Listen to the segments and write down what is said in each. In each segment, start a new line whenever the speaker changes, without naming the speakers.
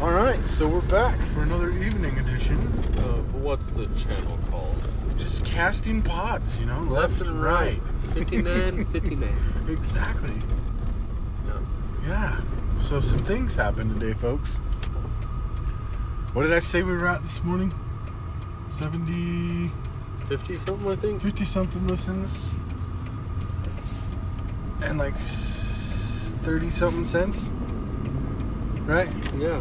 All right, so we're back for another evening edition.
Of what's the channel called?
Just casting pods, you know, left, and right.
59, 59.
Exactly.
Yeah.
Yeah. So some things happened today, folks. What did I say we were at this morning? 70,
50 something, I think.
50 something listens, and like s- 30 something cents, right?
Yeah.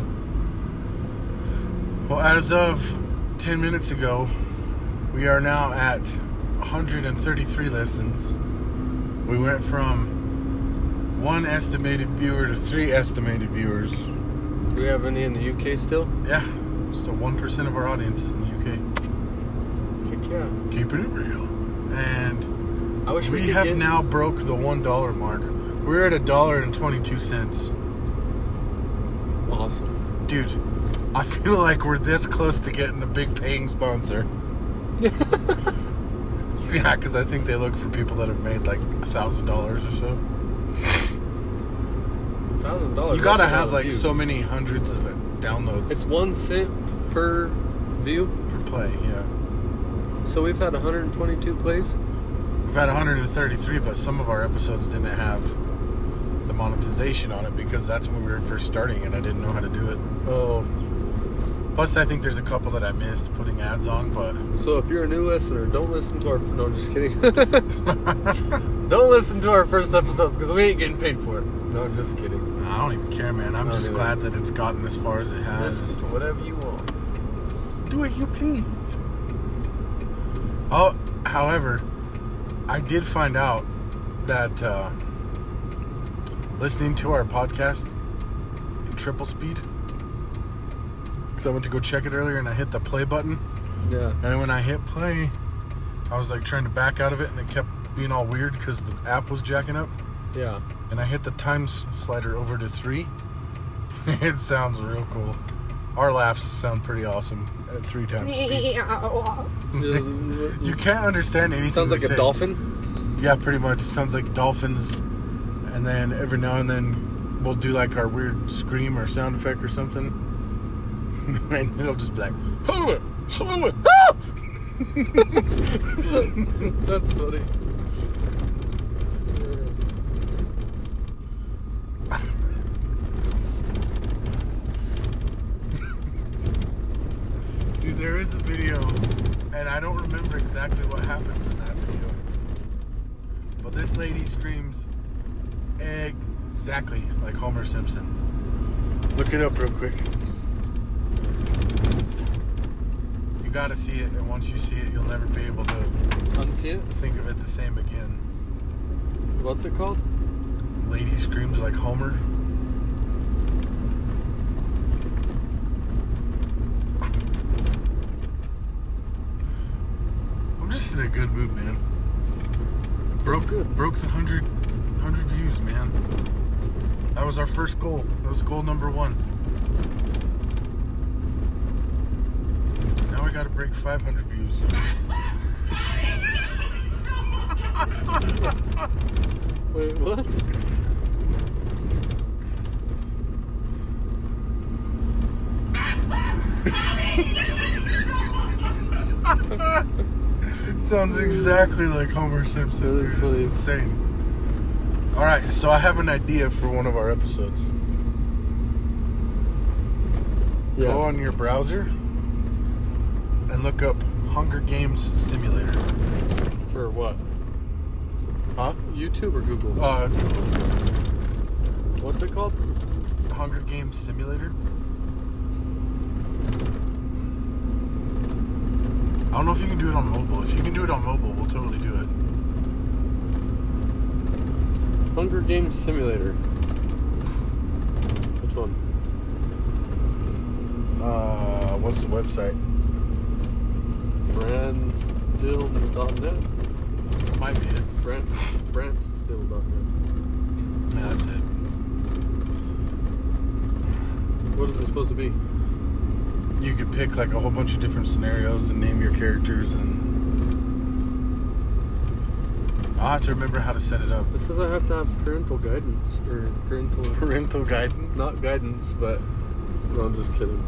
Well, as of 10 minutes ago, we are now at 133 listens. We went from one estimated viewer to three estimated viewers.
Do we have any in the UK still?
Yeah, still 1% of our audience is in the
Heck yeah.
UK. Keeping it real. And
I wish we,
we
could
have
get-
now broke the $1 mark. We're at a dollar and 22 cents.
Awesome.
Dude, I feel like we're this close to getting a big paying sponsor. yeah, because I think they look for people that have made like a thousand dollars or so.
Thousand dollars.
you gotta
Oh, that's a lot
have
of
like so
views.
many hundreds of downloads
It's one cent per view.
per play. Yeah,
So we've had 122 plays.
we've had 133, but some of our episodes didn't have the monetization on it because that's when we were first starting, and I didn't know how to do it.
Oh.
Plus, I think there's a couple that I missed putting ads on, but
So if you're a new listener, don't listen to our. No, I'm just kidding. don't listen to our first episodes because we ain't getting paid for it. No, I'm just kidding.
I don't even care, man. I'm
Oh,
just
dude.
glad that it's gotten as far as it has.
Listen to whatever you want.
Do as you please. Oh, however, I did find out that uh, listening to our podcast in triple speed, because I went to go check it earlier and I hit the play button,
Yeah.
and when I hit play, I was like trying to back out of it and it kept being all weird because the app was jacking up,
Yeah.
and I hit the time s- slider over to three. it sounds real cool. Our laughs sound pretty awesome at three times speed. You
you
can't understand anything.
Sounds
they
like a
say.
dolphin.
Yeah, pretty much. It sounds like dolphins. And then every now and then we'll do like our weird scream or sound effect or something. and it'll just be like, hello, hello, ah!
That's funny.
Dude, there is a video, and I don't remember exactly what happens in that video. But this lady screams exactly like Homer Simpson. Look it up real quick. You gotta see it, and once you see it, you'll never be able to
Unsee it.
think of it the same again.
What's it called?
Lady screams like Homer. I'm just in a good mood, man. Broke
good.
broke the 100, 100 views, man. That was our first goal. That was goal number one. Now we gotta break 500 views.
Wait, what?
Sounds exactly like Homer Simpson.
That is
dude. It's
funny.
insane. All right, so I have an idea for one of our episodes. Go on your browser and look up Hunger Games Simulator.
For what?
Huh?
YouTube or Google?
Uh,
What's it called?
Hunger Games Simulator. I don't know if you can do it on mobile. If you can do it on mobile, we'll totally do it.
Hunger Games Simulator. Which one?
Uh, what's the website?
Brandstill.net.
Might be it.
Brand Brandstill.net.
Yeah, that's it.
What is it supposed to be?
you could pick like a whole bunch of different scenarios and name your characters and I'll have to remember how to set it up.
It says I have to have parental guidance or parental
Parental guidance.
not guidance, but No, I'm just kidding.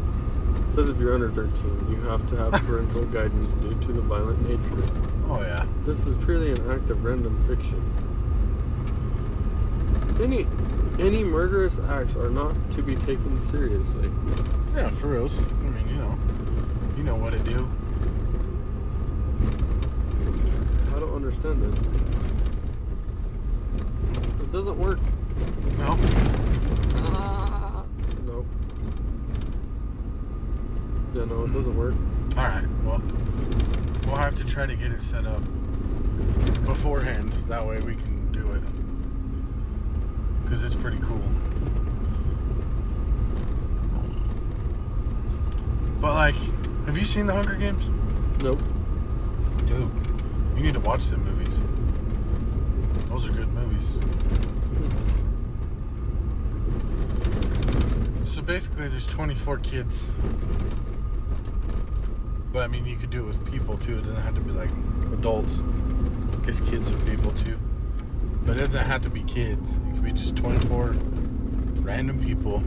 It says if you're under 13, you have to have parental guidance due to the violent nature.
Oh yeah.
This is purely an act of random fiction. Any any murderous acts are not to be taken seriously.
Yeah, for reals. I mean, you know, you know what to do.
I don't understand this. It doesn't work.
No.
Nope. Yeah, no, it doesn't work.
All right. Well, we'll have to try to get it set up beforehand. That way we can do it. Cause it's pretty cool. But like, have you seen the Hunger Games?
Nope.
Dude, you need to watch the movies. Those are good movies. So basically, there's 24 kids. But I mean, you could do it with people too. It doesn't have to be like adults. Because kids are people too. But it doesn't have to be kids. It could be just 24 random people.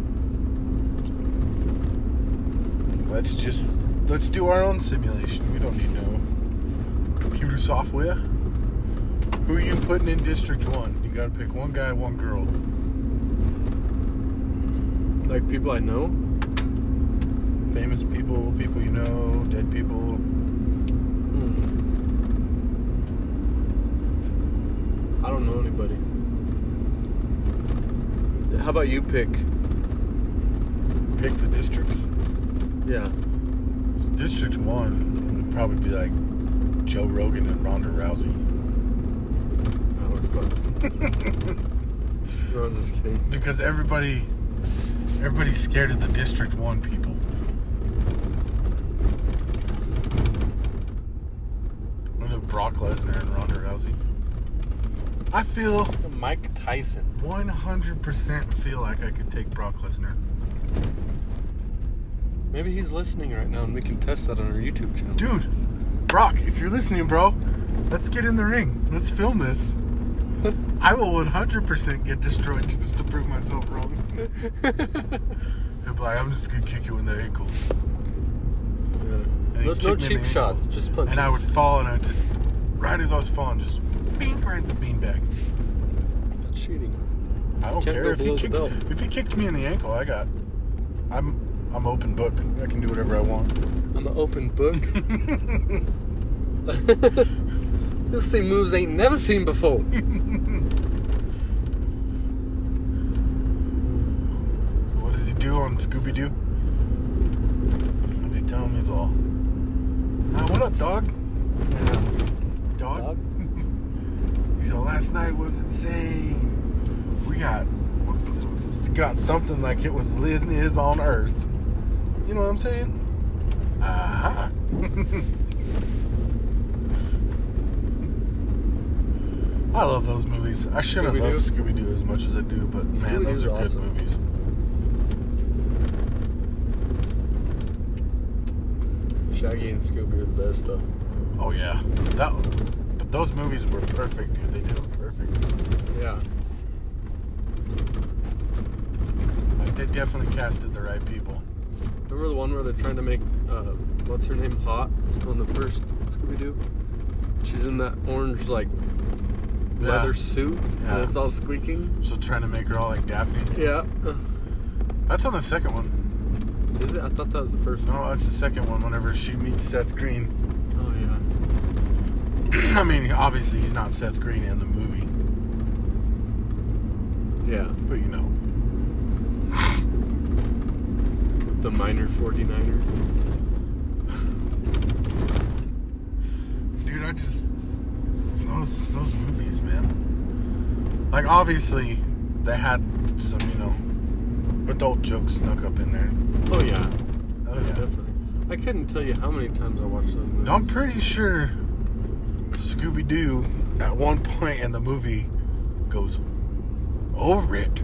Let's just let's do our own simulation. We don't need no computer software. Who are you putting in District 1? You gotta pick one guy, one girl.
Like people I know?
Famous people, people you know, dead people.
Hmm. Hmm. I don't know anybody. How about you pick?
Pick the districts.
Yeah.
District 1 would probably be like Joe Rogan and Ronda Rousey.
Oh, we're fucked. no, I'm just kidding.
Because everybody everybody's scared of the District 1 people. What if Brock Lesnar and Ronda Rousey? I feel
Mike Tyson.
100% feel like I could take Brock Lesnar.
Maybe he's listening right now and we can test that on our YouTube channel.
Dude, Brock, if you're listening, bro, let's get in the ring. Let's film this. I will 100% get destroyed just to prove myself wrong. He'll be like, I'm just gonna kick you in the ankle. And he'd
No,
kick
no
me in
cheap
the
shots,
ankle.
just punches.
And I would fall, and I would just, right as I was falling, just bink right in the beanbag.
That's cheating.
I don't
Can't
care
go
if he,
below the
kicked,
belt.
if he kicked me in the ankle. I got, I'm, I'm open book. I can do whatever I want.
I'm an open book. this thing moves ain't never seen before.
What does he do on Scooby Doo? What's he telling me is all? Uh, what up, dog? Uh, dog?
Dog?
He's all, last night was insane. We got, what's, what's- got something like it was Disney is on Earth. You know what I'm saying? Uh huh. I love those movies. I should have loved Scooby Doo as much as I do, but man, those
Scooby-Doo's
are
awesome.
good movies.
Shaggy and Scooby are the best though.
Oh yeah, that. But those movies were perfect, dude. They did them perfect.
Yeah.
Like they definitely casted the right people.
Remember the one where they're trying to make uh, what's her name hot on the first Scooby Doo? She's in that orange like leather suit
Yeah.
and it's all squeaking.
So trying to make her all like Daphne.
Yeah. Uh,
That's on the second one.
Is it? I thought that was the first one.
No, that's the second one. Whenever she meets Seth Green.
Oh yeah.
I mean, obviously he's not Seth Green in the movie,
Yeah.
but you know.
The minor 49er.
Dude, I just those those movies, man. Like obviously they had some, you know, adult jokes snuck up in there.
Oh yeah.
Oh
yeah. Definitely. I couldn't tell you how many times I watched those movies.
I'm pretty sure Scooby Doo at one point in the movie goes, Oh, Rick,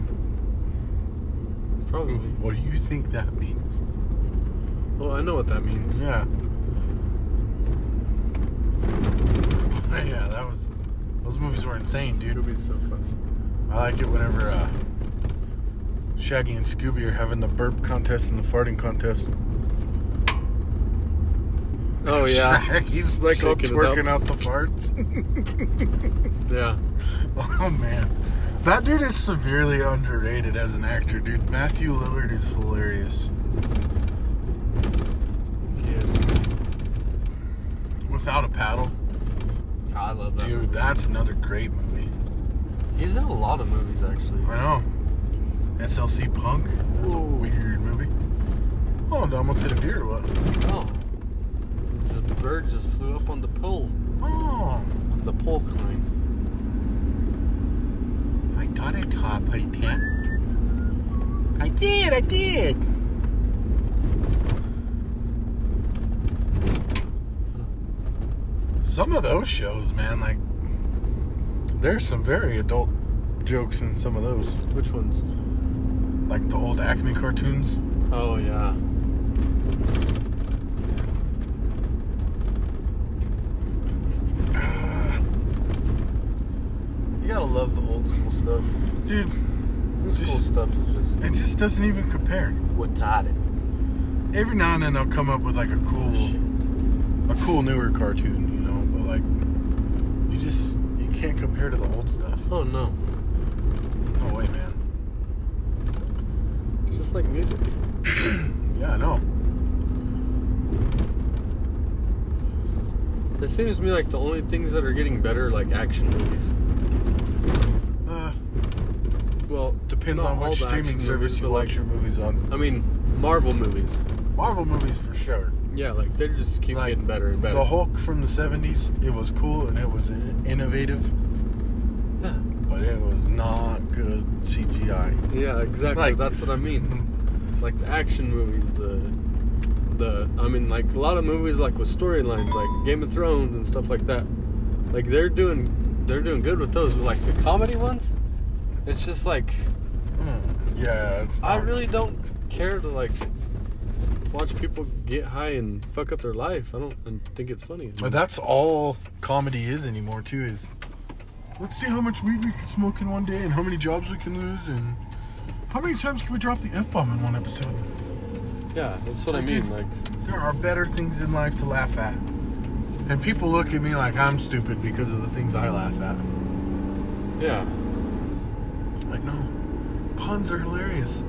Probably.
what do you think that means?
Oh, I know what that means.
Yeah. yeah, that was. Those movies were insane, dude.
Scooby's so funny.
I like it whenever uh, Shaggy and Scooby are having the burp contest and the farting contest.
Oh yeah,
Shaggy's like all
Shaking it
twerking
up.
out the farts.
yeah.
oh man, that dude is severely underrated as an actor, dude. Matthew Lillard is hilarious.
Yes.
Without a paddle,
I love that.
dude,
movie.
that's another great movie.
He's in a lot of movies actually.
I know. SLC Punk. That's a
Whoa.
weird movie. Oh, it almost hit a deer. What?
Oh, the bird just flew up on the pole,
Oh,
the pole kind.
I got it, Hot Putty Cat. I did. I did. Some of those shows, man, like there's some very adult jokes in some of those,
Which ones?
like the old Acme cartoons.
Oh yeah. You gotta love the old school stuff.
Dude,
New school
Just-
stuff is just
it just doesn't even compare.
what tied it.
Every now and then they'll come up with like a cool.
Shit.
a cool newer cartoon, you know, but like you just you can't compare to the old stuff.
Oh no.
No way, man.
It's just like music.
Yeah, I know.
It seems to me like the only things that are getting better are like action movies.
Uh,
Well,
depends
not
on
all
what
the
streaming
action
service
movies,
you
but,
watch your movies on.
I mean, Marvel movies.
Marvel movies for sure.
Yeah, like they just keep
Like,
getting better and better.
The Hulk from the '70s, it was cool and it was in- innovative,
yeah,
but it was not good CGI.
yeah, exactly.
Like-
That's what I mean.
Mm.
Like the action movies, the the I mean, like a lot of movies like with storylines, like Game of Thrones and stuff like that. Like they're doing they're doing good with those. But like the comedy ones, it's just like
Mm, yeah, it's.
I
not-
really don't care to like watch people get high and fuck up their life. I don't and think it's funny.
But that's all comedy is anymore, too. Is let's see how much weed we can smoke in one day, and how many jobs we can lose, and how many times can we drop the f bomb in one episode.
Yeah, that's what I mean. Like
There are better things in life to laugh at, and people look at me like I'm stupid because of the things I laugh at.
yeah,
Like no, puns are hilarious.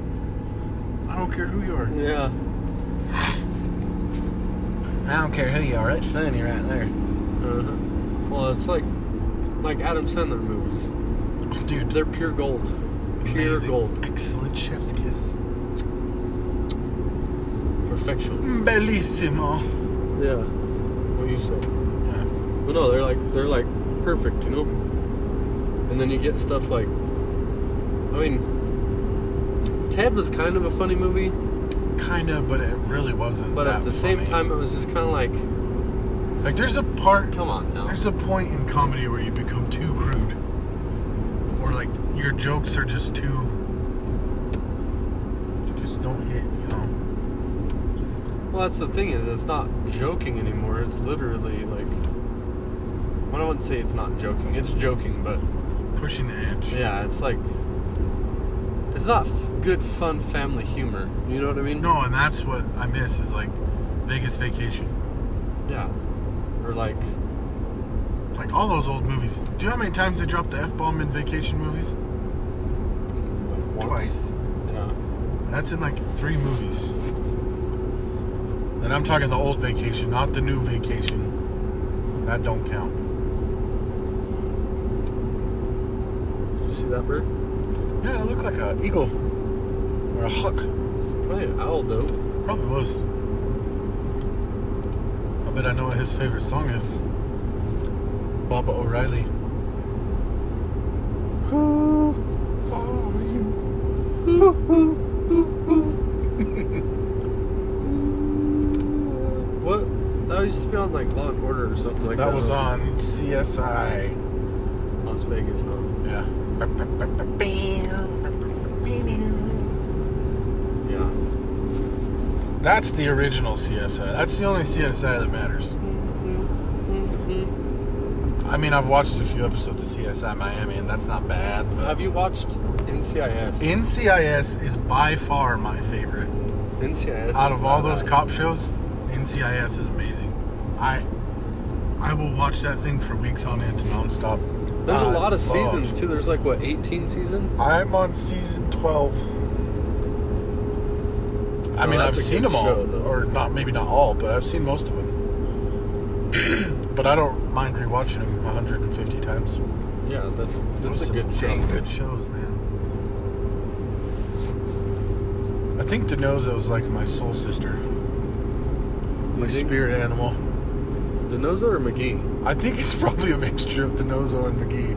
I don't care who you are.
yeah.
I don't care who you are. It's funny right there,
Uh-huh. Well, it's like like Adam Sandler movies.
dude.
They're pure gold. Pure
amazing.
gold.
Excellent chef's kiss.
Perfection.
Bellissimo.
Yeah. What you say?
Yeah.
Well, no, they're like they're like perfect, you know. And then you get stuff like, I mean, Ted was kind of a funny movie,
Kind of, but it really wasn't.
but
that
at the same
funny.
time, it was just kind of like,
like there's a part,
come on now.
there's a point in comedy where you become too crude, or like your jokes are just too, they just don't hit. You know?
Well, that's the thing is, it's not joking anymore. It's literally like, well, I wouldn't say it's not joking. It's joking, but
Pushing the edge.
Yeah, it's like it's not f- good, fun family humor. You know what I mean?
No, and that's what I miss is like Vegas Vacation,
Yeah. Or like,
like all those old movies. Do you know how many times they dropped the f bomb in Vacation movies?
mm, like once.
Twice.
Yeah.
That's in like three movies. And I'm talking the old vacation, not the new vacation. That don't count.
Did you see that bird?
Yeah, it looked like a eagle or a hawk.
It's probably an owl, though.
Probably was. I bet I know what his favorite song is. Baba O'Reilly. Who are you? Who, who, who, who?
What? That used to be on like Law and Order or something like that.
That was on CSI.
Las Vegas, huh?
Yeah.
Yeah.
That's the Mm-hmm. original CSI. That's the only CSI that matters. I mean, I've watched a few episodes of CSI Miami, and that's not bad. But
Have you watched NCIS?
NCIS is by far my favorite.
NCIS. is
Out of all
badass.
those cop shows, NCIS is amazing. I I will watch that thing for weeks on end, nonstop.
There's a
I
lot of
love-
seasons too. There's like what 18 seasons.
I'm on season 12. I
Oh,
mean, I've
that's a
seen
good
them all,
show, though.
or not maybe not all, but I've seen most of them. but I don't mind rewatching them 150 times.
Yeah, that's
Those
that's a
are
good show.
dang Good shows, man. I think Denozo's like my soul sister, my
You think
spirit animal.
Denozo or McGee?
I think it's probably a mixture of Denozo and McGee.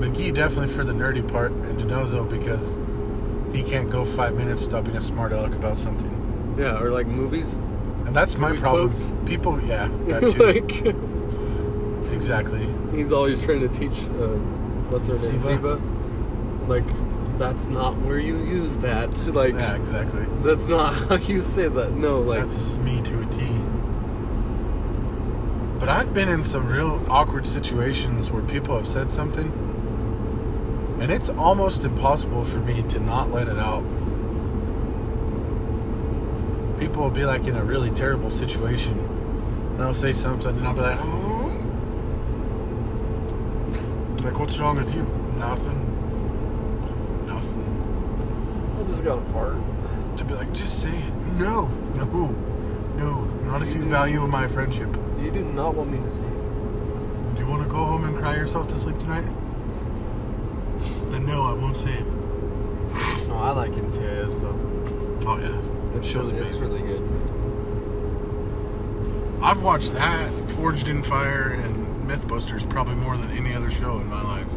McGee definitely for the nerdy part, and Denozo because he can't go five minutes without being a smart aleck about something.
Yeah, or like movies.
And that's my
Movie
problem.
quotes.
People, yeah, that too.
like
exactly.
he's always trying to teach. Uh, what's her name?
Ziva.
Ziva. Like that's not where you use that. Like
Yeah, exactly.
that's not how you say that. No, like
That's me to a T. But I've been in some real awkward situations where people have said something, and it's almost impossible for me to not let it out. People will be like in a really terrible situation, and they'll say something, and I'll be like, oh. like, what's wrong with you? Nothing. Nothing
I just got a fart.
to be like, just say it. No, no, no, not if you value my friendship.
You do not want me to say it.
Do you want to go home and cry yourself to sleep tonight? Then no, I won't say it.
No, I like NCIS though.
Oh yeah, that show's
It's
amazing.
really good.
I've watched that, Forged in Fire, and MythBusters probably more than any other show in my life.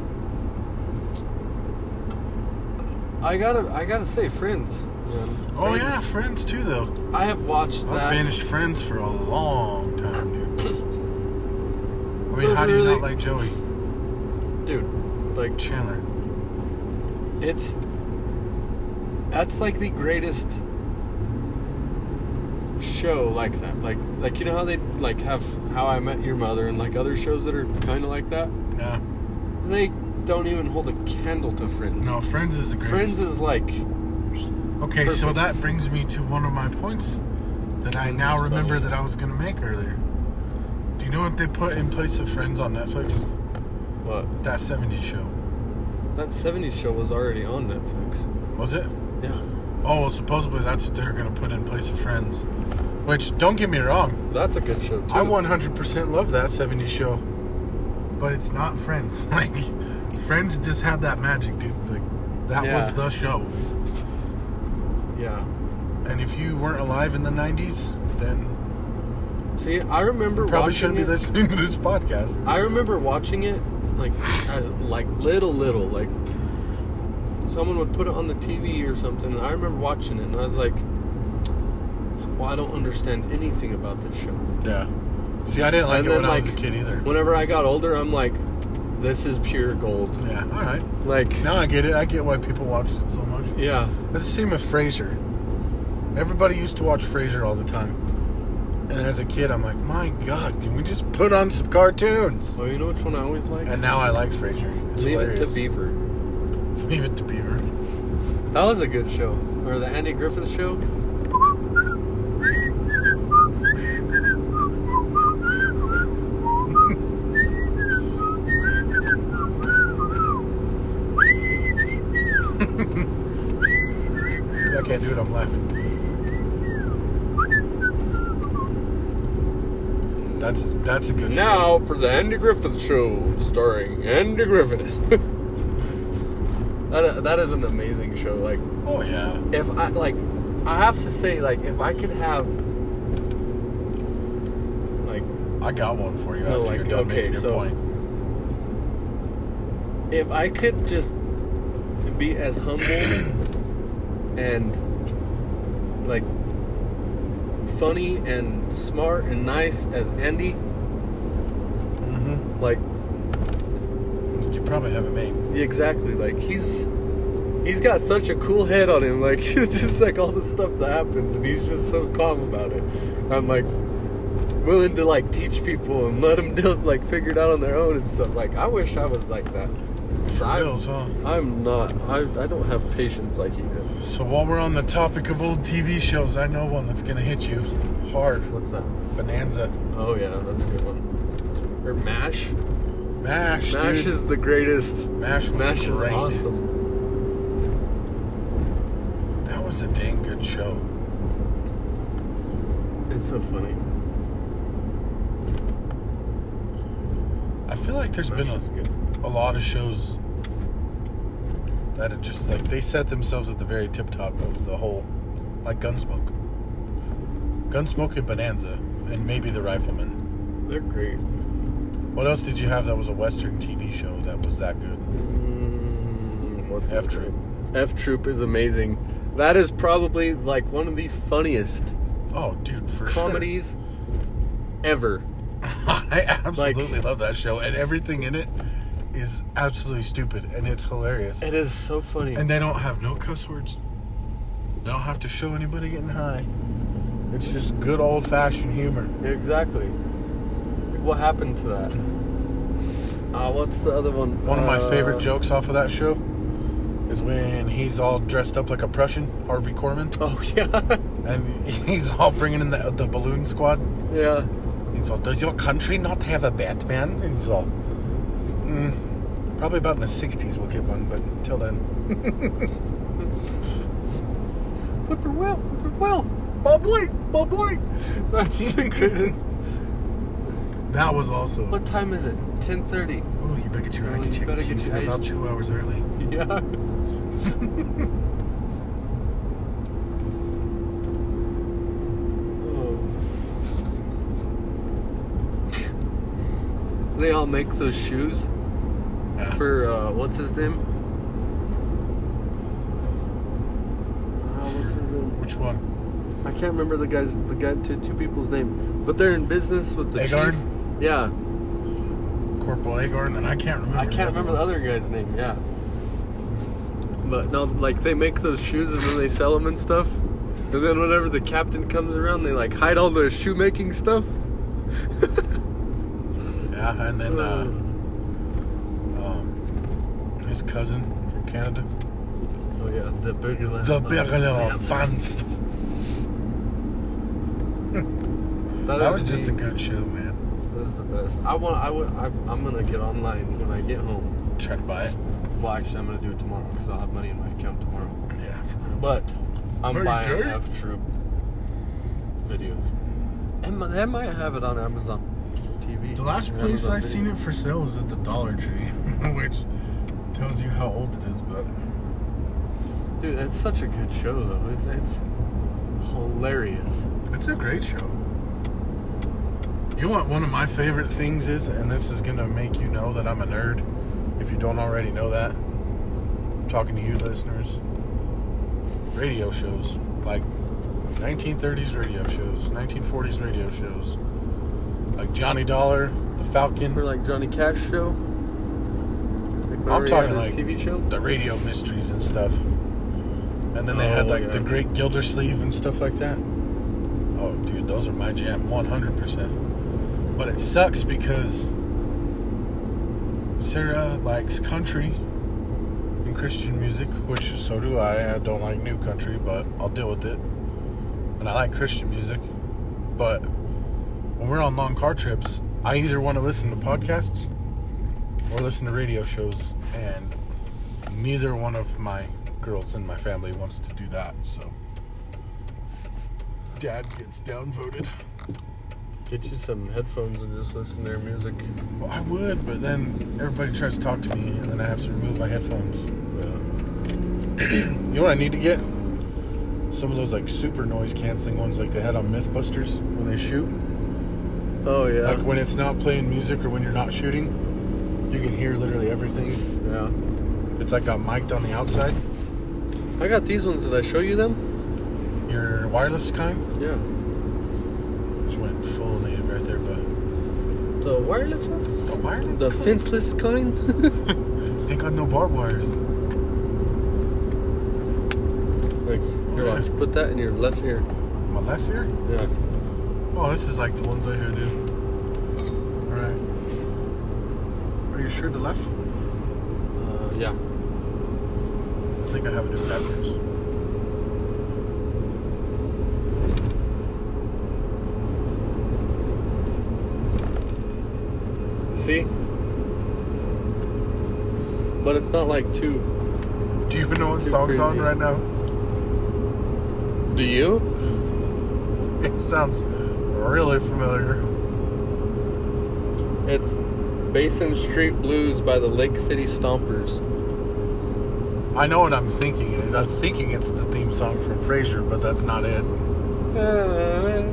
I gotta, I gotta say, Friends. man.
Oh
Friends.
yeah, Friends too though.
I have watched
I've
that.
banished Friends for a long time, dude. I mean, how do you
Literally.
not like Joey
dude. Like
Chandler?
it's that's like the greatest show like that. Like like you know how they like have How I Met Your Mother and like other shows that are kind of like that.
Yeah.
They don't even hold a candle to Friends.
No, Friends is the greatest.
Friends is like
Okay, so
Perfect.
that brings me to one of my points that I
Friends
now
is
remember
funny.
that I was going to make earlier. Do you know what they put in place of Friends on Netflix?
what
That 70s show.
that '70s show was already on Netflix.
Was it?
Yeah,
Oh, well, supposedly that's what they were going to put in place of Friends. Which, don't get me wrong,
that's a good show too.
I 100% love that 70s show. But it's not Friends. Like, Friends just had that magic, dude. Like, that
Yeah.
was the show.
Yeah.
And if you weren't alive in the 90s, then
See, I remember
you probably
watching
shouldn't be
it-
listening to this podcast.
I remember watching it like as like little little like someone would put it on the TV or something and I remember watching it and I was like well I don't understand anything about this show.
Yeah. See, I didn't like
and
it when I was a kid either.
Whenever I got older I'm like this is pure gold.
Yeah. All right.
Like
Now I get it. I get why people watched it so much.
yeah.
It's the same with Frasier. Everybody used to watch Frasier all the time. And as a kid, I'm like, my God, can we just put on some cartoons?
Oh, you know which one I always like?
And now I like Frasier. It's
Leave it
hilarious.
to Beaver.
Leave it to Beaver.
That was a good show. Or the Andy Griffith show?
I can't do it. I'm laughing. That's that's a good. show.
Now for the Andy Griffith Show, starring Andy Griffith. that, that is an amazing show. Like,
Oh yeah.
if I like, I have to say, like, if I could have, like,
I got one for you.
No,
after
like,
you're done
okay,
making your
so-
point.
if I could just be as humble and like funny and smart and nice as Andy,
hmm
like,
You probably haven't made.
Yeah, Exactly. Like he's he's got such a cool head on him. Like it's just like all the stuff that happens, and he's just so calm about it. I'm like, willing to like teach people and let them deal, like figure it out on their own and stuff. Like I wish I was like that.
For
I'm-
reals, huh?
I'm not. I, I don't have patience like you do.
So while we're on the topic of old TV shows, I know one that's gonna hit you hard.
What's that?
Bonanza,
Oh yeah, that's a good one. Or Mash.
Mash,
Mash
dude.
is the greatest.
Mash was
Mash
great.
is awesome.
That was a dang good show.
It's so funny.
I feel like there's
Mash
been
is good.
a, a lot of shows that are just like they set themselves at the very tip top of the whole, like Gunsmoke, Gunsmoke and Bonanza, and maybe The Rifleman.
They're great.
What else did you have that was a Western TV show that was that good?
Mm, what's
F
it?
Troop.
F Troop is amazing. That is probably like one of the funniest
Oh, dude, for sure.
comedies ever.
I absolutely love that show, and everything in it is absolutely stupid, and it's hilarious.
It is so funny.
And they don't have no cuss words. They don't have to show anybody getting high. It's just good old fashioned humor.
exactly. Like, what happened to that? Uh, what's the other one?
One of my
Uh,
favorite jokes off of that show is when he's all dressed up like a Prussian, Harvey Korman,
Oh yeah,
and he's all bringing in the, the balloon squad.
yeah.
He's all, does your country not have a Batman? And he's all, mm, probably about in the 60s we'll get one, but until then.
Whippoorwill, whippoorwill, my boy, my boy. That's the greatest.
That was also.
What time is it? Ten thirty.
Oh, you better get your
Oh,
eyes
you
checked.
better get
Jeez,
your
they're
eyes
about two hours early.
Yeah. they all make those shoes
Yeah.
for uh, what's his name? Uh, what's his name?
Which one?
I can't remember the guys, the guy, two, two people's name, but they're in business with the
Agard?
chief. Yeah,
Corporal Agorn, and I can't remember.
I can't remember the
other
other guy's name. Yeah. But no, like they make those shoes and then they sell them and stuff. And then whenever the captain comes around, they like hide all the shoemaking stuff.
one. Yeah, and then uh, um, his cousin from Canada.
oh yeah, the burglar.
The Berlin Fans.
That,
That
is
was just
the,
a good show, man.
That is the best. I want. I would. I, I'm gonna get online when I get home.
Try to buy it.
Well, actually, I'm gonna do it tomorrow because I'll have money in my account tomorrow.
Yeah, for real.
But I'm
Are you
buying
dirty?
F Troop videos. And mi- they might have it on Amazon TV.
The last
or
place
Amazon
I
Video.
seen it for sale was at the Dollar Tree, which tells you how old it is, but
Dude, it's such a good show though. It's it's hilarious.
It's a great show. You want one of my favorite things is, and this is gonna make you know that I'm a nerd, if you don't already know that. I'm talking to you listeners. Radio shows. Like 1930s radio shows, 1940s radio shows. Like Johnny Dollar, The Falcon,
Remember like Johnny Cash show? Like, remember he had
talking,
his
like,
TV show.
the radio mysteries and stuff. And then they had
Oh,
like
yeah.
the Great Gildersleeve and stuff like that. Oh, dude, those are my jam, 100%. But it sucks because Sarah likes country and Christian music, which so do I. I don't like new country, but I'll deal with it. And I like Christian music, but when we're on long car trips, I either want to listen to podcasts or listen to radio shows, and neither one of my girls in my family wants to do that, so. Dad gets downvoted.
Get you some headphones and just listen to their music.
Well, I would, but then everybody tries to talk to me, and then I have to remove my headphones.
Yeah.
You know what I need to get? Some of those like super noise canceling ones, like they had on MythBusters when they shoot.
Oh yeah.
Like when it's not playing music or when you're not shooting, you can hear literally everything.
yeah.
It's like got mic'd on the outside.
I got these ones. Did I show you them?
Your wireless kind
Yeah.
just went full native right there, but
The wireless ones.
the wireless.
The fenceless kind.
They got no barbed wires.
Like, here, watch. Put that in your left ear.
My left ear?
Yeah.
Oh, this is like the ones I hear, dude. All right. Are you sure the left?
Uh, yeah.
I think I have it in backwards.
See? But it's not like too.
Do you even know what
Too
song's on
crazy.
right now?
Do you?
It sounds really familiar.
It's Basin Street Blues by the Lake City Stompers.
I know what I'm thinking is. I'm thinking it's the theme song from Frasier, but that's not it. Those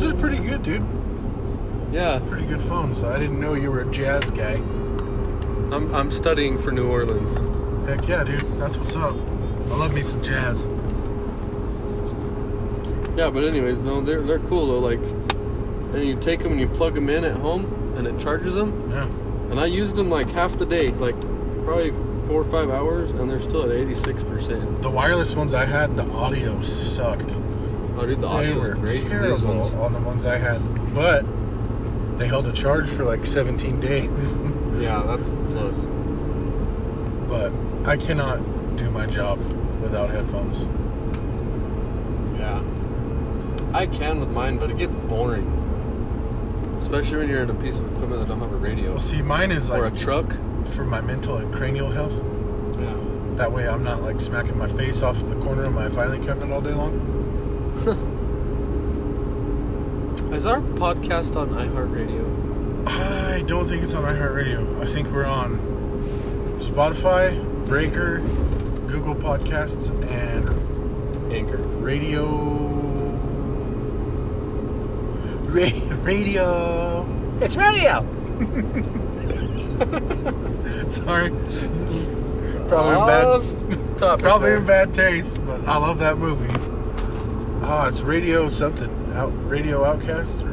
Those
are pretty good, dude.
Yeah,
Pretty good phones. I didn't know you were a jazz guy.
I'm, I'm studying for New Orleans.
Heck yeah, dude. That's what's up. I love me some jazz.
Yeah, but anyways, no, they're they're cool though. Like, and you take them and you plug them in at home, and it charges them.
Yeah.
And I used them like half the day, like probably four or five hours, and they're still at 86 percent.
The wireless ones I had, the audio sucked.
Oh, dude, the
they
audio
were
is great. in These
terrible
ones.
on the ones I had, but they held a charge for like 17 days.
Yeah, that's plus.
but I cannot do my job without headphones.
Yeah. I can with mine, but it gets boring. Especially when you're in a piece of equipment that don't have a radio
Well, see, mine is
or a
like
truck.
for my mental and cranial health.
Yeah.
That way, I'm not like smacking my face off the corner of my filing cabinet all day long.
Is our podcast on iHeartRadio?
I don't think it's on iHeartRadio. I think we're on Spotify, Breaker, Google Podcasts, and
Anchor.
Radio. Ra- radio. It's radio. Sorry. Probably bad.
Off topic
Probably
there.
in bad taste, but I love that movie. Ah, it's Radio something. Out Radio Outcast or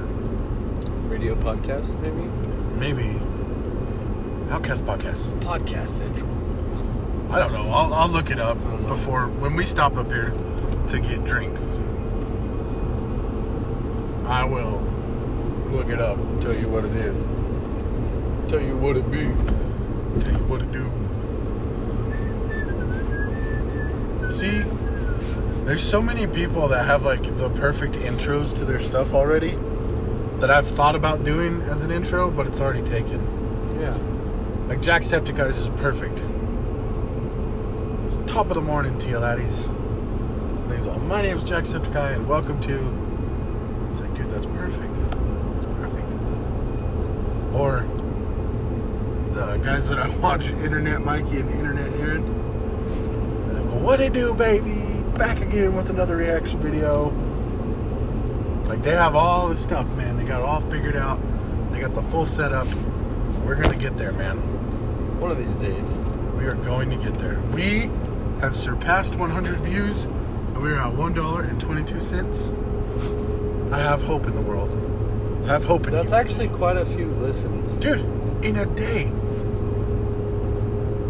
Radio podcast, maybe?
maybe Outcast podcast.
Podcast Central.
I don't know. I'll, I'll look it up
I don't know.
before when we stop up here to get drinks. I will look it up. and Tell you what it is.
Tell you what it be.
Tell you what it do. See, there's so many people that have like the perfect intros to their stuff already that I've thought about doing as an intro, but it's already taken.
Yeah.
Like Jacksepticeye's is perfect. It's top of the morning to you laddies. And he's all, my name's Jacksepticeye and welcome to. It's like, dude, that's perfect. That's perfect. Or the guys that I watch, Internet Mikey and Internet Aaron. And I go, what it do, baby? Back again with another reaction video. Like they have all the stuff, man. They got it all figured out. They got the full setup. We're gonna get there, man.
One of these days.
We are going to get there. We have surpassed 100 views, and we are at one dollar and 22 cents. I have hope in the world. I have hope in
That's
you,
actually quite a few listens.
dude. In a day,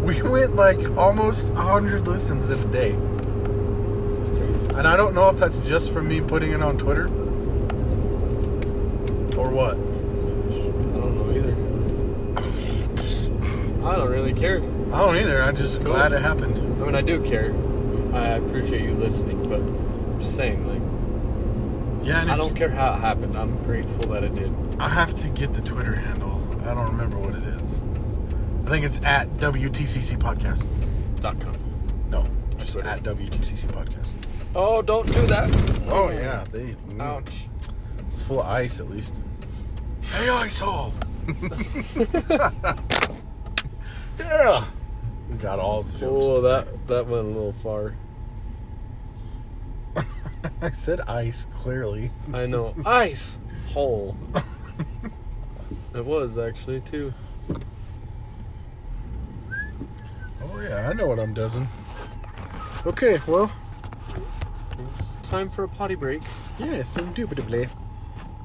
we went like almost 100 listens in a day,
That's crazy.
and I don't know if that's just from me putting it on Twitter or what.
I don't know either. I don't really care.
I don't either. I'm just
Cool.
glad it happened.
I mean, I do care. I appreciate you listening, but I'm just saying, like,
Yeah, and
I
if-
don't care how it happened. I'm grateful that it did.
I have to get the Twitter handle. I don't remember what it is. I think it's at WTCC Podcast.
Dot com.
No, just
Twitter.
at WTCC Podcast.
Oh, don't do that.
Oh yeah, they.
Ouch.
It's full of ice at least. Hey, ISO. yeah, we got all the
Oh,
jokes.
that that went a little far.
I said ice clearly.
I know. Ice hole. it was actually too.
Oh yeah, I know what I'm doing. Okay, well,
Time for a potty break.
yes, indubitably,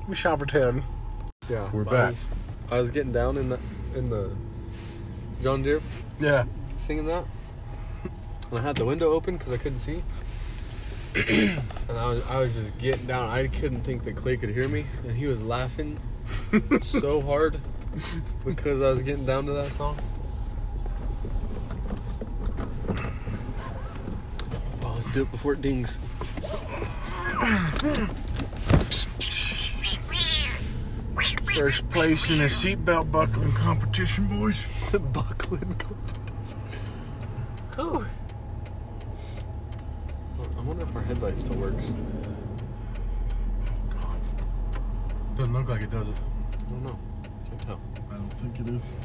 we shall return.
Yeah,
We're
I
back.
was- I was getting down in the in the John Deere
Yeah.
singing that. And I had the window open because I couldn't see. and I was I was just getting down. I couldn't think that Clay could hear me, and he was laughing so hard because I was getting down to that song. Oh, let's do it before it dings.
First place in the seatbelt buckling competition, boys.
Buckland competition. Oh. I wonder if our headlight still works.
God. Doesn't look like it, does it?
I don't know. Can't tell.
I don't think it is.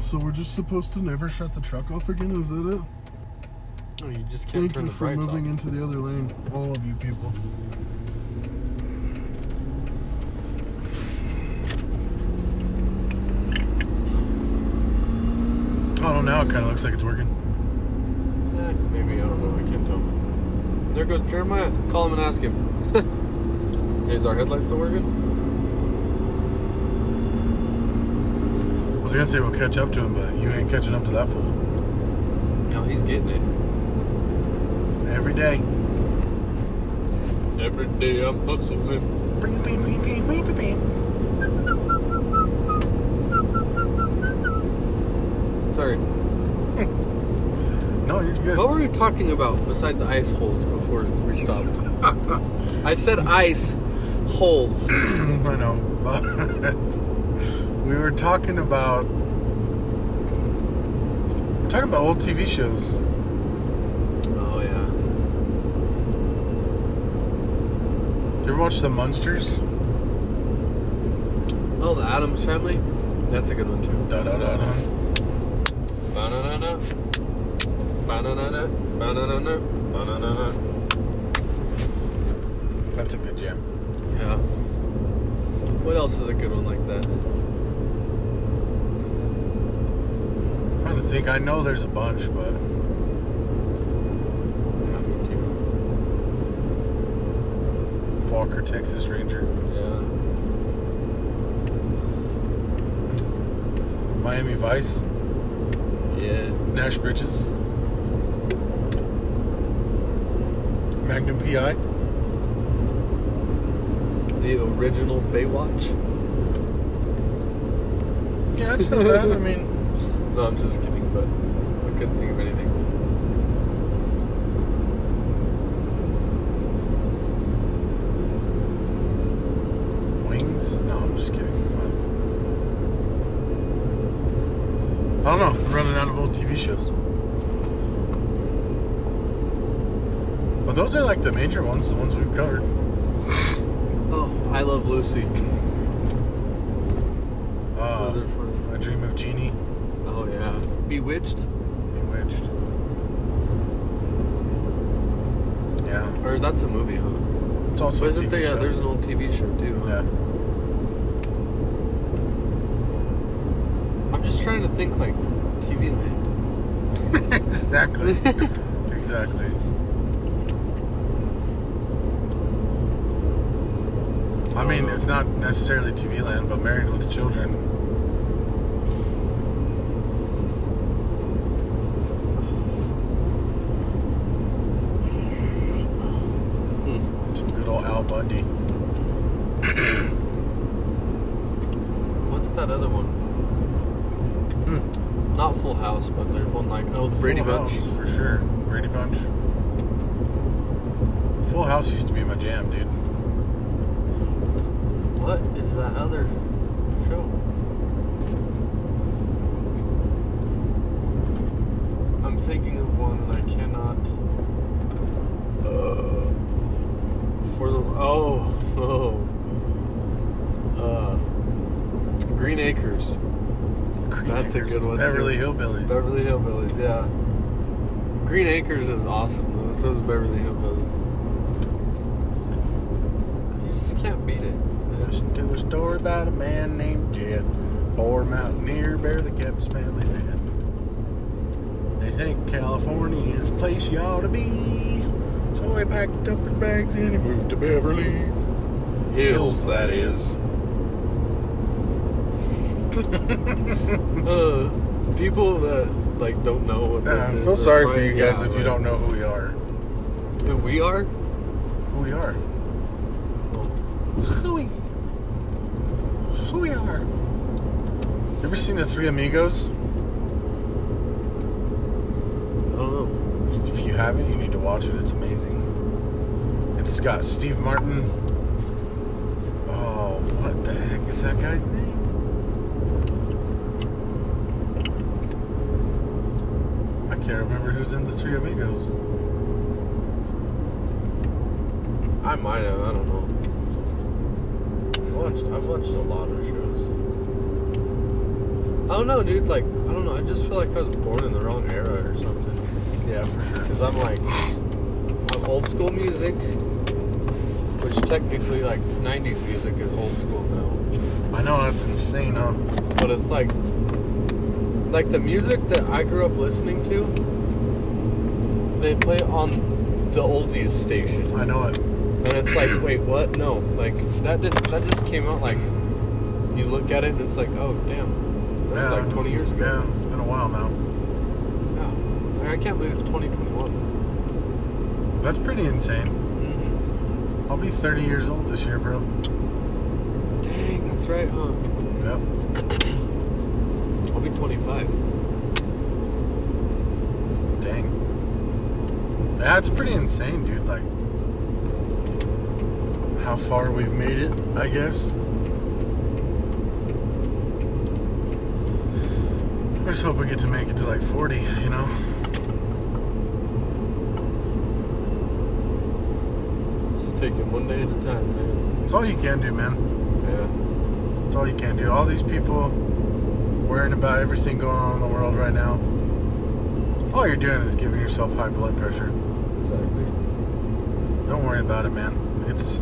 So we're just supposed to never shut the truck off again? Is that it?
Oh, you just can't
Thank
turn
you
the
for
brights off.
moving into the other lane, all of you people. I don't know. Oh, Now it kind of looks like it's working.
Eh, maybe I don't know. I can't tell. There goes Jeremiah. Call him and ask him. Is our headlight still working?
I was gonna say we'll catch up to him, but you ain't catching up to that fool.
No, he's getting it.
Every day.
Every day I'm hustling.
Bing, bing, bing, bing, bing, bing, bing.
Sorry.
No, you're good.
What were we talking about besides ice holes before we stopped? I said ice holes.
I know, but we were talking about we're talking about old TV shows.
Oh yeah.
You ever watch The Munsters?
Oh, the Adams family. That's a good one too.
Da da da da.
Banana. Banana. Banana. Banana.
That's a good jam.
Yeah. What else is a good one like that?
I'm trying to think. I know there's a bunch, but
Yeah, me too.
Walker Texas Ranger,
Yeah.
Miami Vice,
Yeah.
Nash Bridges, Magnum PI.
The original Baywatch.
Yeah, that's not bad. I mean,
No, I'm just kidding, but I couldn't think of anything.
Wings? No, I'm just kidding. I don't know. I'm running out of old TV shows. But those are like the major ones, the ones we've covered. Um,
Oh, I love Lucy.
Uh,
Those are funny.
I Dream of Jeannie,
Oh yeah. Bewitched.
Bewitched. Yeah,
Or that's a movie, huh?
it's also. a
Wasn't
TV
there? Yeah,
show.
there's an old TV show too. huh?
Yeah.
I'm just trying to think like TV Land.
exactly. exactly. I mean, it's not necessarily TV land, but married with children.
Hmm.
Some good old Al Bundy.
What's that other one?
Mm.
Not Full House, but there's one like oh the Brady
Full
Bunch.
House, for sure. Brady Bunch. Full House used to be my jam, dude.
What is that other show? I'm thinking of one and I cannot. For the oh oh. Uh, Green Acres,
Green
That's a
Acres,
good one,
Beverly
too.
Hillbillies.
Beverly Hillbillies, yeah. Green Acres is awesome. though. So is Beverly Hillbillies. You just can't beat it.
Listen to a story about a man named Jed, poor mountaineer, barely kept his family fed. They think California is the place you ought to be, so he packed up his bags and he moved to Beverly Hills. That is.
uh, people that like don't know what this
Yeah, I
is.
feel
or
sorry for
why-
you
yeah,
guys if you
like,
don't know who we are.
Who we are?
Who we are. Who we. Who we are. You ever seen the Three Amigos?
I don't know.
If you haven't, you need to watch it. It's amazing. It's got Steve Martin. Oh, what the heck is that guy's name? I can't remember who's in the Three Amigos.
I might have. I don't know. I've watched. I've watched a lot of shows. I don't know, dude. Like I don't know. I just feel like I was born in the wrong era or something.
Yeah, for sure.
Because I'm like, I'm old school music, which technically, like, 90s music is old school now.
I know that's insane, huh?
But it's like, like the music that I grew up listening to, they play on the oldies station.
I know it.
And it's like, wait, what? No. Like, that didn't, that just came out like, you look at it and it's like, oh, damn. That
yeah.
was like 20 years ago.
Yeah, it's been a while now.
Yeah. Like, I can't believe it's 2021.
That's pretty insane.
Mm-hmm.
I'll be 30 years old this year, bro.
Dang, that's right, huh?
Yep.
I'll be 25.
Dang. That's pretty insane, dude. Like, how far we've made it, I guess. I just hope we get to make it to like 40, you know?
Just take it one day at a time, man.
It's all you can do, man.
Yeah.
It's all you can do. All these people worrying about everything going on in the world right now. All you're doing is giving yourself high blood pressure.
Exactly.
Don't worry about it, man. It's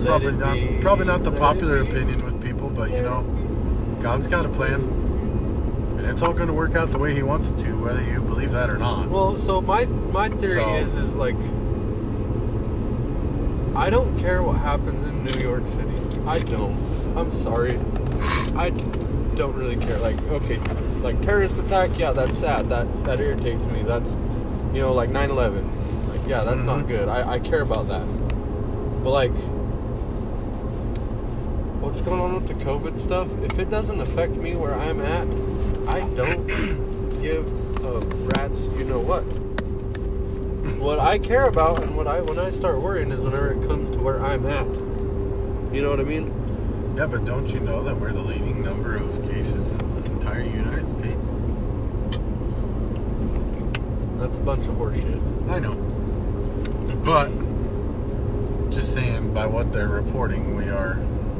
Let
probably
it
not
be,
probably not the
let it
popular
be,
opinion with people, but you
let it
know,
be.
God's got a plan, and it's all going to work out the way He wants it to, whether you believe that or not.
Well, so my my theory
So-
is is like I don't care what happens in New York City. I don't. I'm sorry. I don't really care. Like, okay, like terrorist attack, yeah, that's sad. That that irritates me. That's you know, like 9/11. Like, yeah, that's
Mhm.
not good. I I care about that. But like what's going on with the COVID stuff? If it doesn't affect me where I'm at, I don't give a rat's you know what. What I care about and what I when I start worrying is whenever it comes to where I'm at. You know what I mean?
yeah, but don't you know that we're the leading number of cases in the entire United States?
That's a bunch of horseshit.
I know, but just saying, by what they're reporting, we are.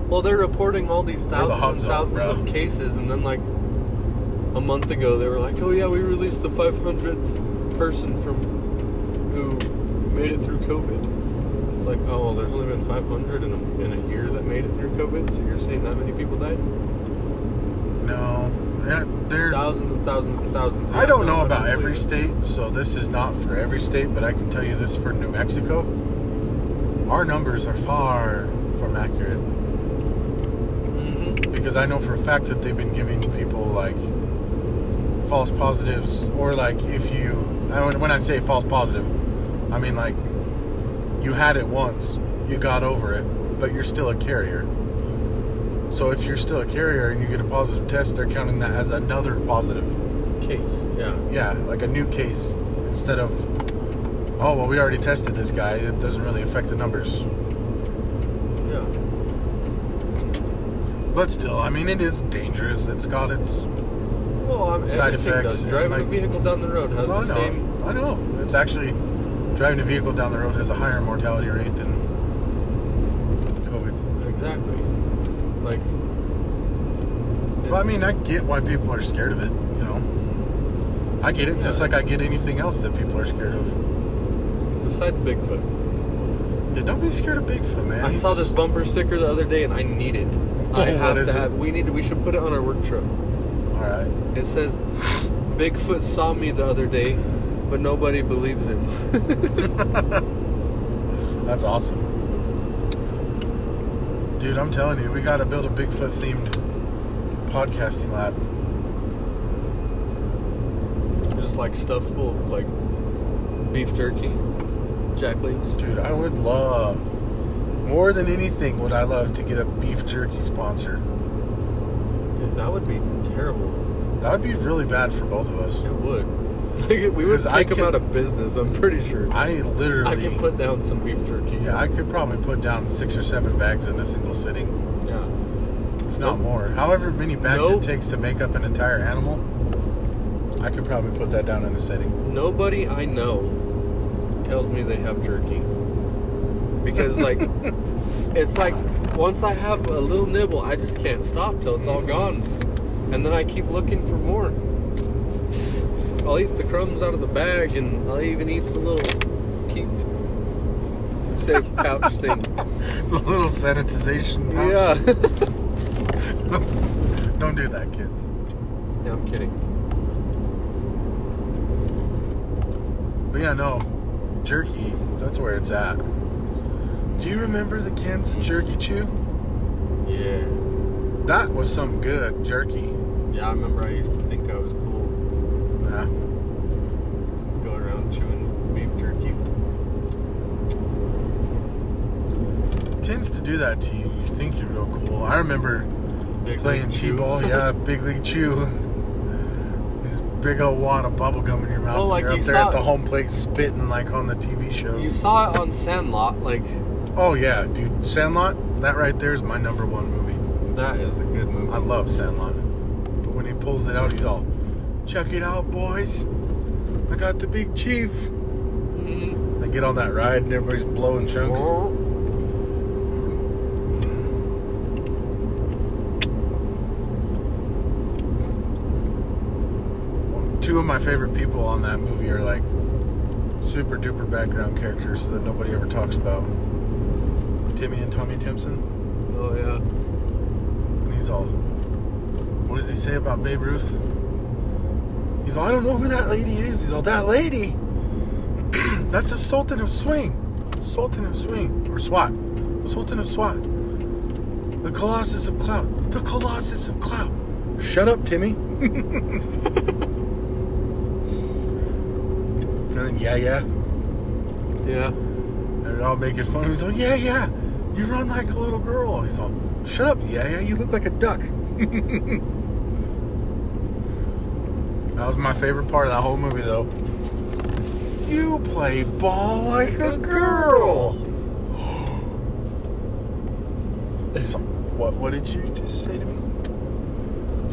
Well, they're reporting all these
the hot
thousands and
zone,
thousands
bro.
of cases, and then like a month ago, they were like, "Oh yeah, we released the 500th person from who made it through COVID." It's like, oh well, there's only been 500 in a, in a year that made it through COVID. So you're saying that many people died?
No, yeah, they're.
Thousands and thousands and thousands.
I don't know
but
about
I believe
every
it.
state, so this is not for every state, but I can tell you this for New Mexico. Our numbers are far from accurate
Mhm.
because I know for a fact that they've been giving people like false positives or like if you I mean, when I say false positive, I mean like you had it once, you got over it, but you're still a carrier. So if you're still a carrier and you get a positive test, they're counting that as another positive
Case. Yeah.
yeah, like a new case instead of, oh, well, we already tested this guy. It doesn't really affect the numbers.
Yeah.
But still, I mean, it is dangerous. It's got its.
Well, I'm,
Side
everything
effects
Does.
and,
Driving
like-
a vehicle down the road has
Well,
the
I know.
same.
I know. It's actually driving a vehicle down the road has a higher mortality rate than COVID.
Exactly. Like.
But I
it's-
mean, I get why people are scared of it. You know, I get it. Just
Yeah.
like I get anything else that people are scared of.
Besides Bigfoot,
Yeah, don't be scared of Bigfoot, man.
I
He
saw this
just-
bumper sticker the other day, and I need it. I
What
have
is
to
it?
have. We need. to- We should put it on our work truck.
All right.
It says, "Bigfoot saw me the other day, but nobody believes him."
That's awesome. Dude, I'm telling you, we gotta build a Bigfoot themed podcasting lab.
just like stuffed full of like beef jerky, jack links.
Dude, I would love more than anything would I love to get a beef jerky sponsor.
Dude, that would be terrible.
That would be really bad for both of us.
It would. Like, we would
Because I
take them
can-
out of business. I'm pretty sure. I,
I literally
can put down some beef jerky.
Yeah, I could probably put down six or seven bags in a single sitting,
Yeah.
if not more. However many bags
Nope.
it takes to make up an entire animal, I could probably put that down in a sitting.
Nobody I know tells me they have jerky. Because like it's like once I have a little nibble, I just can't stop till it's all gone. And then I keep looking for more. I'll eat the crumbs out of the bag and I'll even eat the little keep safe pouch thing.
the little sanitization. pouch.
Yeah.
Don't do that, kids.
no, I'm kidding.
But yeah, no, jerky. That's where it's at. Do you remember the
Hmm.
Ken's Jerky Chew?
Yeah.
That was some good jerky.
Yeah, I remember I used to think I was cool
Yeah.
going around chewing beef jerky.
Tends to do that to you. You think you're real cool. I remember
Big
playing
league chew.
T-ball. Yeah, big league chew. This big old wad of bubble gum in your mouth.
Oh,
and
like
you're
you
up there
saw-
at the home plate spitting like on the TV
You
shows.
saw it on Sandlot, like
Oh yeah, dude, Sandlot. That right there is my number one movie.
that is a good movie.
I love Sandlot. But when he pulls it out, he's all, "Check it out, boys! I got the big chief."
Mhm.
They get on that ride and everybody's blowing chunks. Two of my favorite people on that movie are like super duper background characters that nobody ever talks about. Timmy and Tommy Timpson.
Oh yeah.
And he's all, what does he say about Babe Ruth? He's all, I don't know who that lady is. He's all, that lady? That's the Sultan of Swing. Sultan of Swing. Or SWAT. The Sultan of SWAT. The Colossus of Clout. The Colossus of Clout. Shut up, Timmy. and then, yeah, yeah.
Yeah.
They're all making fun. He's all, yeah, yeah. You run like a little girl. He's all, shut up, yeah, yeah. You look like a duck. that was my favorite part of that whole movie, though. You play ball like a girl. He's all, what? What did you just say to me?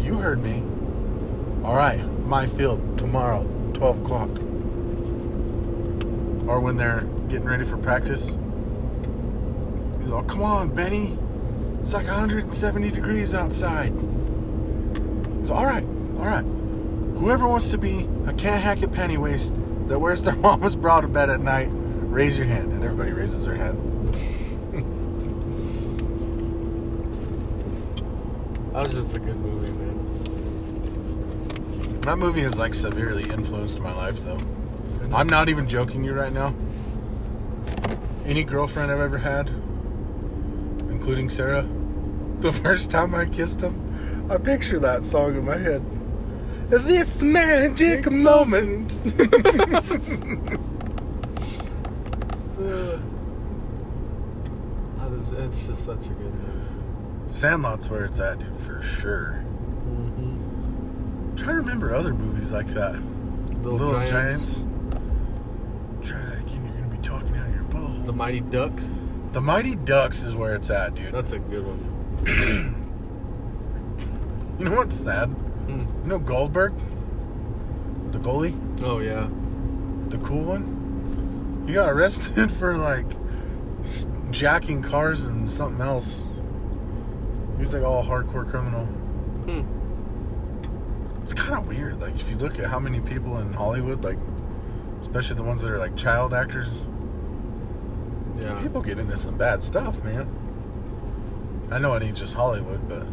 You heard me. All right, my field tomorrow, twelve o'clock or when they're getting ready for practice. He's all, come on, Benny. It's like 170 degrees outside. So, all right, all right. Whoever wants to be a can't hack it penny waist that wears their mama's bra to bed at night, raise your hand. And everybody raises their hand.
That was just a good movie, man.
That movie has like severely influenced my life, though. I'm not even joking you right now. Any girlfriend I've ever had, including Sarah, the first time I kissed him, I picture that song in my head. This magic moment.
Uh, that is, it's just such a good movie.
Sandlot's where it's at, dude, for sure.
Mm-hmm.
I'm trying to remember other movies like that.
Little,
Little,
Giants,
Giants. Try that again, you're gonna be talking out of your ball.
The Mighty Ducks.
The Mighty Ducks is where it's at, dude.
That's a good one.
You know what's sad?
Mm.
You know Goldberg, the goalie.
Oh yeah.
the cool one, he got arrested for like s- jacking cars and something else. He's like all hardcore criminal.
Hmm.
It's kind of weird. Like if you look at how many people in Hollywood, like especially the ones that are like child actors,
Yeah.
people get into some bad stuff, man. I know it ain't just Hollywood, but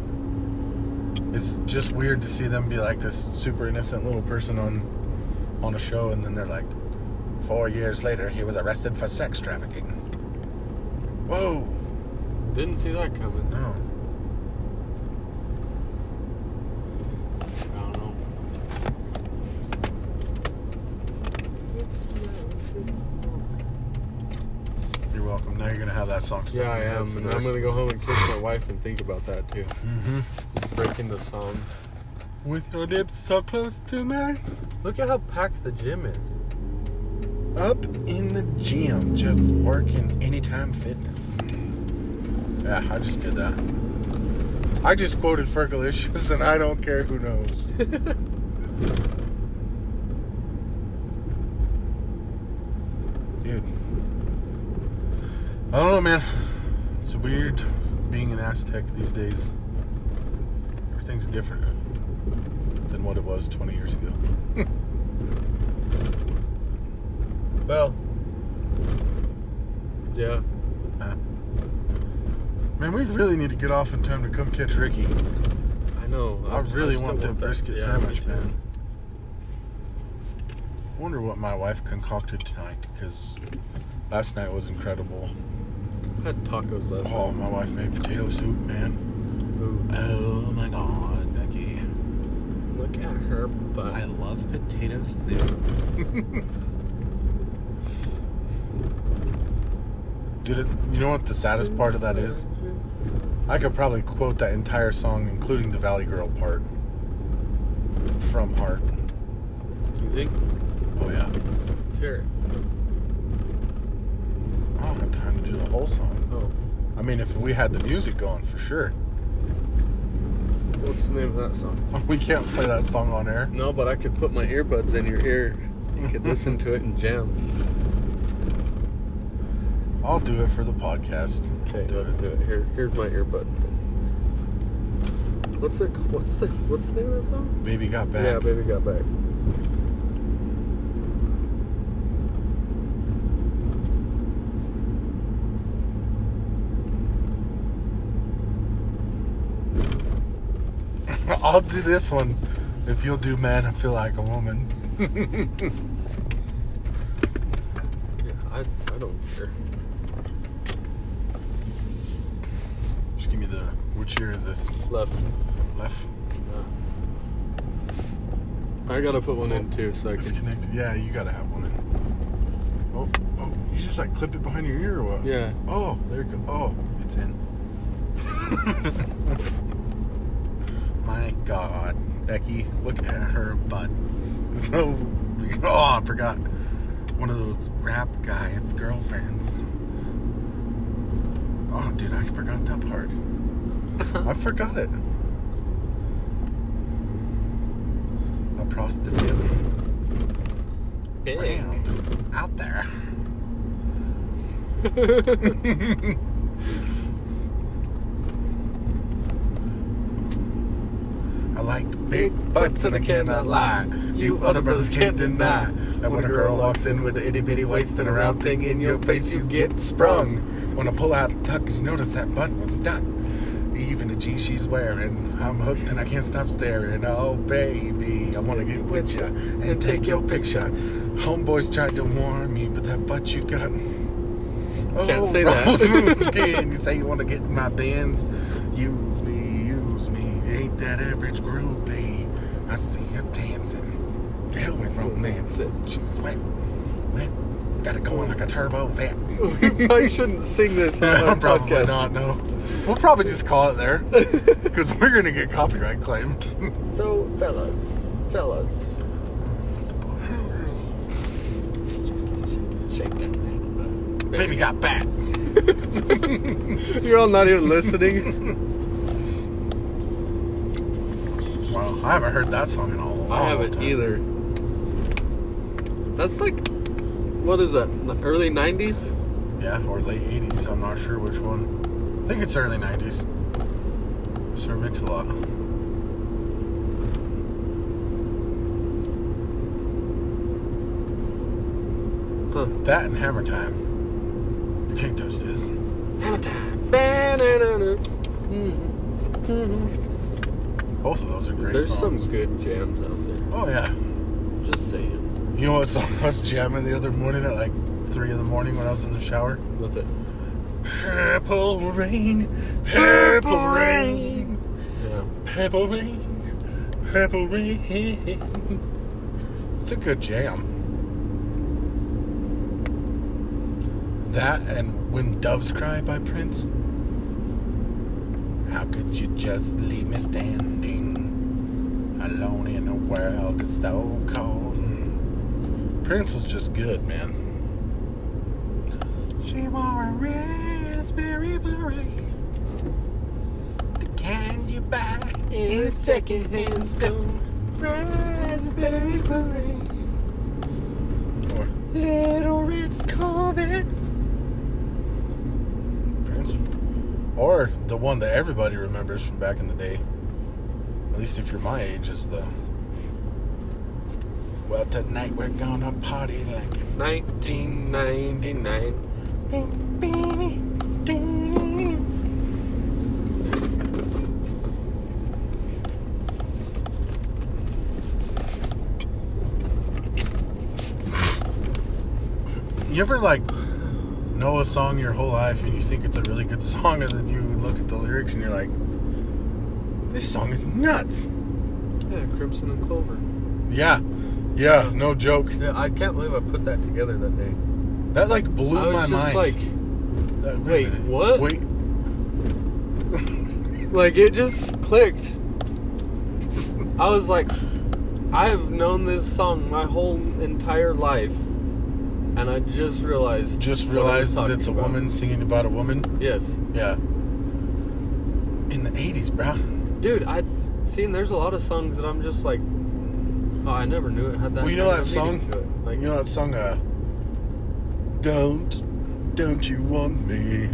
it's just weird to see them be like this super innocent little person on on a show, and then they're like, four years later, he was arrested for sex trafficking. Whoa,
Didn't see that coming.
no,
I don't know.
you're gonna have that song stuck.
Yeah, I
in your head
am,
for
and
the
I'm
rest-
gonna go home and kiss my wife and think about that too. Just break into song.
With your lips so close to me.
Look at how packed the gym is.
Up in the gym, just working anytime fitness. Yeah, I just did that. I just quoted Fergalicious, and I don't care who knows. Dude, I don't know, man. It's weird being an Aztec these days. Everything's different than what it was 20 years ago.
Well, yeah.
Man, we really need to get off in time to come catch Ricky.
I know.
I really
still
want that brisket
Yeah, me
sandwich,
too.
man. Wonder what my wife concocted tonight because last night was incredible.
I had tacos last
Oh, my wife made potato soup, man.
night. Ooh,
Oh my god, Becky.
look at her butt.
I love potato soup.
Did it? You know what the saddest part of that is? I could probably quote that entire song, including the Valley Girl part, from Heart.
You think?
Oh yeah.
Let's hear it.
I don't have time to do the whole song.
Oh,
I mean, if we had the music going, for sure.
what's the name of that song?
We can't play that song on air.
No, but I could put my earbuds in your ear. You could listen to it and jam.
I'll do it for the podcast.
Okay, let's do it. Here, here's my earbud. What's it? What's the? What's the name of that song?
Baby got back.
Yeah, baby got back.
I'll do this one if you'll do man I feel like a woman.
Yeah, I, I don't care.
Just give me the which ear is this?
Left.
Left?
I gotta put one in too, so I
It's
can.
connected. Yeah, you gotta have one in. Oh, oh, you just like clip it behind your ear or what?
Yeah.
Oh, there you go. Oh, it's in. My God, Becky, look at her butt. So, oh, I forgot. One of those rap guys' girlfriends. Oh, dude, I forgot that part. I forgot it. A prostitute. Bam. Out there. I like big butts and I cannot lie. You other brothers can't deny that when a girl walks in with an itty bitty waist and a round thing in your face, you get sprung. When I pull out a tuck, you notice that butt was stuck. Even the G she's wearing, I'm hooked and I can't stop staring. Oh baby, I wanna get with ya and take your picture. Homeboys tried to warn me, but that butt you got. Oh,
Can't say that.
rose moon skin. You say you wanna get in my bins? Use me, use me. Ain't that average groupie? I see her dancing, yeah, with romance. She's wet, wet. Got it going like a turbo vet.
we probably shouldn't sing this on our
probably
podcast.
not. No, we'll probably just call it there because we're gonna get copyright claimed.
So, fellas, fellas. Shake that.
Baby got back.
You're all not even listening.
Wow, I haven't heard that song in a long
I haven't
time.
either. That's like, what is that? The early '90s?
Yeah, or late '80s. I'm not sure which one. I think it's early '90s. Sure, mix a lot.
Huh.
That and Hammer Time. You can't touch this.
Ba-na-na-na.
Both of those are great
There's
songs.
some good jams out there.
Oh yeah.
Just saying.
You know what song I was jamming the other morning at like three in the morning when I was in the shower?
What's it?
Purple rain, purple rain,
Yeah.
purple rain, purple rain. It's a good jam. that and When Doves Cry by Prince. How could you just leave me standing alone in a world that's so cold? Prince was just good, man. She wore a raspberry beret. The kind you buy in a secondhand store. Raspberry beret. Or little red Corvette. Prince. Or the one that everybody remembers from back in the day. At least if you're my age, is the. Well, tonight we're gonna party like it's
It's 1999.
1999. You ever like know a song your whole life and you think it's a really good song, and then you look at the lyrics and you're like, this song is nuts.
Yeah, Crimson and Clover.
Yeah, yeah, no joke.
Yeah, I can't believe I put that together that day.
That like blew
I was
my
just
mind. Uh,
wait,
a minute.
what?
Wait,
like, like it just clicked. I was like, I have known this song my whole entire life, and I just realized.
just
what I was
realized that
talking
it's a
about.
woman singing about a woman.
Yes,
Yeah. In the 80s, bro.
dude. I seen there's a lot of songs that I'm just like, oh, I never knew it had that.
Well, you know
kind
that
of meaning
song?
to it. Like,
you know that song, uh, Don't, Don't You Want Me?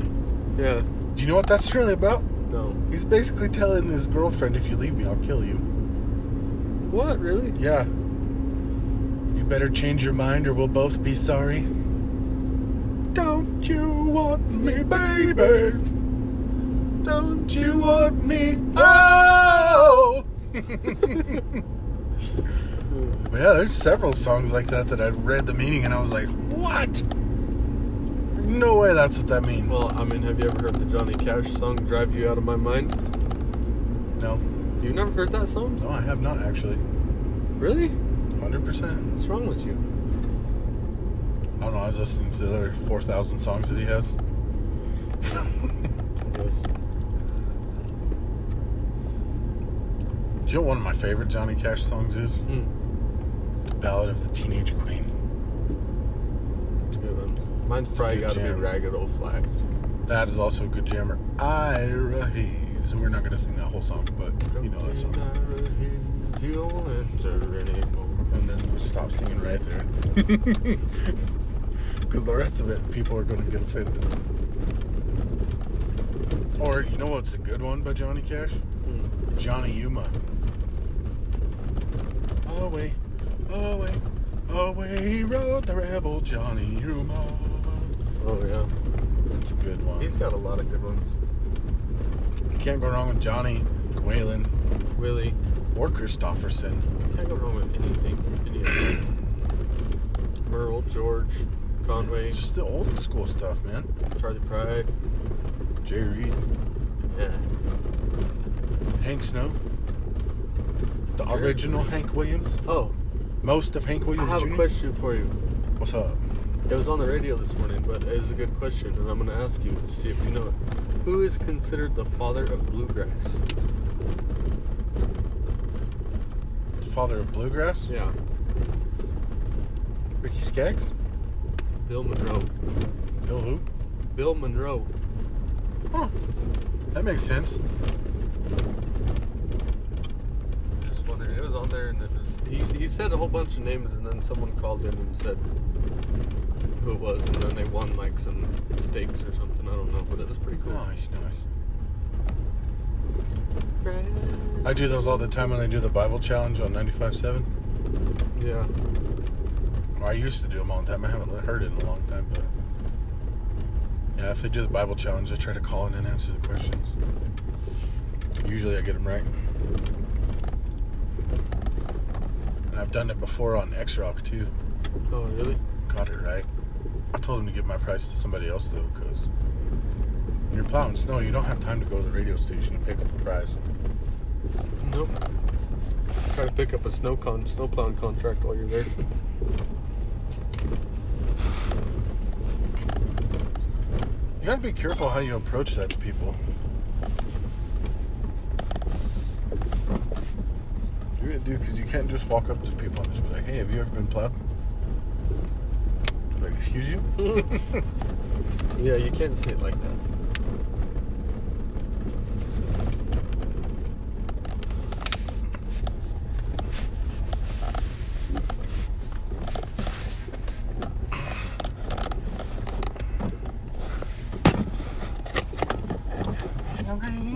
yeah,
Do you know what that's really about?
no.
He's basically telling his girlfriend, if you leave me, I'll kill you.
What really?
Yeah. You better change your mind or we'll both be sorry. Don't you want me, baby? Don't you want me? Oh! But yeah, there's several songs like that that I read the meaning and I was like, what? No way that's what that means.
Well, I mean, have you ever heard the Johnny Cash song "Drive You Out of My Mind"?
no,
You've never heard that song?
no, I have not actually.
Really?
100%.
What's wrong with you?
I don't know, I was listening to the other 4,000 songs that he has.
Yes.
Do you know what one of my favorite Johnny Cash songs is?
Mm,
The Ballad of the Teenage Queen.
it's a good one. Mine's
It's a
probably
good
got to be
jam.
"Ragged Old Flag."
That is also a good jammer. Ira Hayes. We're not going to sing that whole song, but you know that song.
You don't answer anymore.
And then we'll stop singing right there. Because the rest of it, people are going to get offended. Or, you know what's a good one by Johnny Cash?
Mm.
Johnny Yuma. Away, away, away rode the rebel Johnny Yuma.
Oh yeah,
That's a good one.
he's got a lot of good ones.
Can't go wrong with Johnny, Waylon,
Willie,
or Christofferson.
can't go wrong with anything. Any of them. Merle, George, Conway,
Just the old school stuff, man.
Charlie Pride.
Jay Reed,
Yeah.
Hank Snow, the
Sure.
original Hank Williams,
Oh,
most of Hank
I
Williams
have
Jr.
a question for you.
What's up?
It was on the radio this morning, but it was a good question, and I'm going to ask you to see if you know it. Who is considered the father of bluegrass?
The father of bluegrass,
Yeah,
Ricky Skaggs,
Bill Monroe.
Bill who?
Bill Monroe.
Huh? That makes sense.
Just wondering, it was on there, and it was, he, he said a whole bunch of names, and then someone called in and said who it was, and then they won like some stakes or something. I don't know, but it was pretty cool.
Nice, nice. I do those all the time when I do the Bible challenge on 95.7.
Yeah,
Or I used to do them all the time. I haven't heard it in a long time, but yeah, if they do the Bible challenge, I try to call in and answer the questions. Usually, I get them right. And I've done it before on X Rock too.
oh, really?
Got it right. I told him to give my price to somebody else though, because when you're plowing snow, you don't have time to go to the radio station and pick up a prize.
Nope. Try to pick up a snow con snow plowing contract while you're there.
gotta be careful how you approach that to people. You gotta do because you can't just walk up to people and just be like, "Hey, have you ever been plowed?" Like, excuse you?
Yeah, you can't say it like that.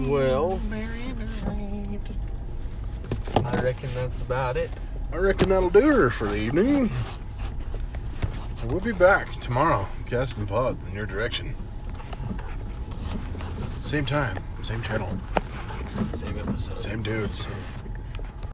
Well. I reckon that's about it.
I reckon that'll do her for the evening. We'll be back tomorrow, casting pods in your direction. Same time, same channel,
Same episode.
same dudes.